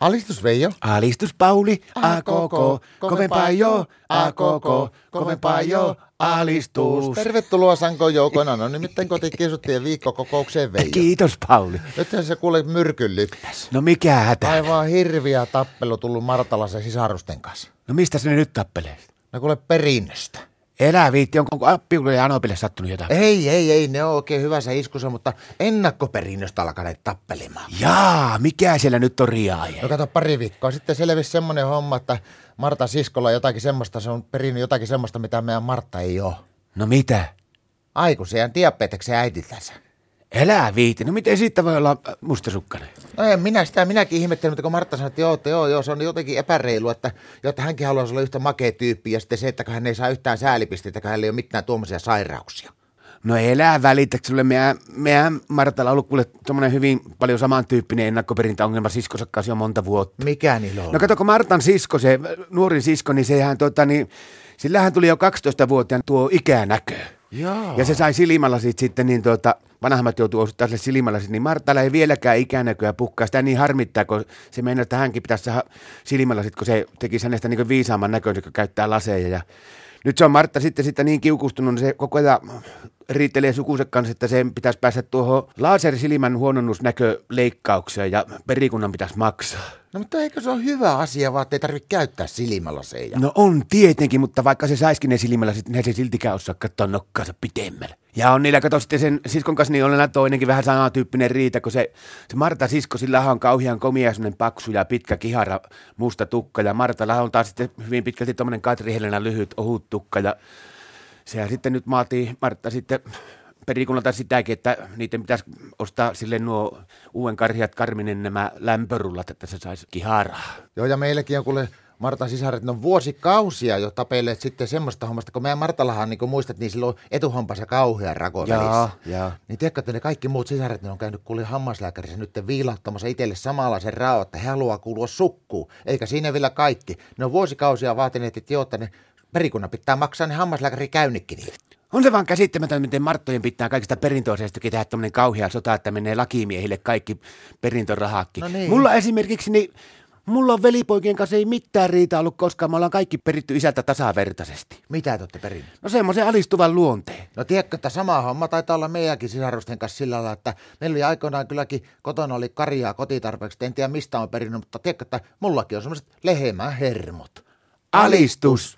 Alistus Veijo. Alistus Pauli, a koko, kovempaa jo, a koko, kovempaa jo, alistus. Tervetuloa Sanko Joukona, no nimittäin kotikiusuttiin viikkokokoukseen Veijo. Eh, Kiitos Pauli. Nyt se kuule myrkyn lyppäs. No mikä hätä? Aivan hirviä tappelu tullut Martalassa sisarusten kanssa. No mistä ne nyt tappelee? No kuule perinnöstä. Elää viitti, onko, onko Appiulle ja Anopille sattunut jotain? Ei, ei, ei, ne on oikein hyvässä iskussa, mutta ennakkoperinnöstä alkaneet tappelemaan. Jaa, mikä siellä nyt on riaaje? No kato, pari viikkoa sitten selvisi semmonen homma, että Marta siskolla on jotakin semmoista, se on perinnyt jotakin semmoista, mitä meidän Martta ei ole. No mitä? Aikuisen diabeteksen äitiltänsä. Elää viitti, no miten siitä voi olla äh, mustasukkainen? No en minä sitä, minäkin ihmettelin, mutta kun Martta sanoi, että joo, että joo, joo, se on jotenkin epäreilu, että, joo, että hänkin haluaisi olla yhtä makea tyyppi ja sitten se, että kun hän ei saa yhtään säälipisteitä, kun hänellä ei ole mitään tuommoisia sairauksia. No elää välitä, sulle meidän, meidän Martalla on ollut kuule tommonen hyvin paljon samantyyppinen ennakkoperintäongelma siskonsa kanssa jo monta vuotta. Mikä niillä on? No kato, kun Martan sisko, se nuorin sisko, niin sehän tota niin, sillähän tuli jo 12-vuotiaan tuo ikänäkö. Jaa. Ja se sai silmälasit sitten, niin tuota, vanhemmat joutuu osuttaa sille silmälasit, niin Marttalla ei vieläkään ikänäköä pukkaa. Sitä niin harmittaa, kun se meinaa, että hänkin pitäisi saada silmälasit, kun se tekisi hänestä niin viisaamman näköisen, kun käyttää laseja. Ja nyt se on Martta sitten sitä niin kiukustunut, niin se koko ajan riitelee sukunsa kanssa, että sen pitäisi päästä tuohon lasersilmän huononnusnäköleikkaukseen ja perikunnan pitäisi maksaa. No mutta eikö se ole hyvä asia, vaan ettei tarvitse käyttää silmälaseja? No on tietenkin, mutta vaikka se saisikin ne silmällä, sit ne se siltikään osaa katsoa nokkaansa pitemmälle. Ja on niillä, kato sitten sen siskon kanssa, niin on aina toinenkin vähän samantyyppinen riita, kun se, se Marta sisko, sillä on kauhean komia semmoinen paksu ja pitkä kihara, musta tukka, ja Martalla on taas sitten hyvin pitkälti tommonen Katri Helena lyhyt, ohut tukka, ja sehän sitten nyt maatii Martta sitten perikunnalta sitäkin, että niiden pitäisi ostaa sille nuo uuden karjat karminen nämä lämpörullat, että se saisi kiharaa. Joo, ja meilläkin on kuule Martan sisaret, ne on vuosikausia jo tapelleet sitten semmoista hommasta, kun meidän Martallahan, niin kuin muistat, niin silloin etuhampansa kauhean rako Jaa, välissä. jaa. Niin tiedätkö, että ne kaikki muut sisaret, ne on käynyt kuule hammaslääkärissä nyt viilahtamassa itselle samanlaisen raon, että he haluaa kuulua sukkuun. Eikä siinä vielä kaikki. Ne on vuosikausia vaatineet, että joo, että ne perikunnan pitää maksaa ne hammaslääkärikäynnikin niille. On se vaan käsittämätön, miten Marttojen pitää kaikista perintöasioistakin tehdä tämmöinen kauhea sota, että menee lakimiehille kaikki perintörahakki. No niin. Mulla esimerkiksi, niin mulla on velipoikien kanssa ei mitään riitaa ollut koskaan. Me ollaan kaikki peritty isältä tasavertaisesti. Mitä te olette perinnyt? No semmoisen alistuvan luonteen. No tiedätkö, että sama homma taitaa olla meidänkin sisarusten kanssa sillä lailla, että meillä oli aikoinaan kylläkin kotona oli karjaa kotitarpeeksi. En tiedä mistä on perinnyt, mutta tiedätkö, että mullakin on semmoiset lehmän hermot. Alistus!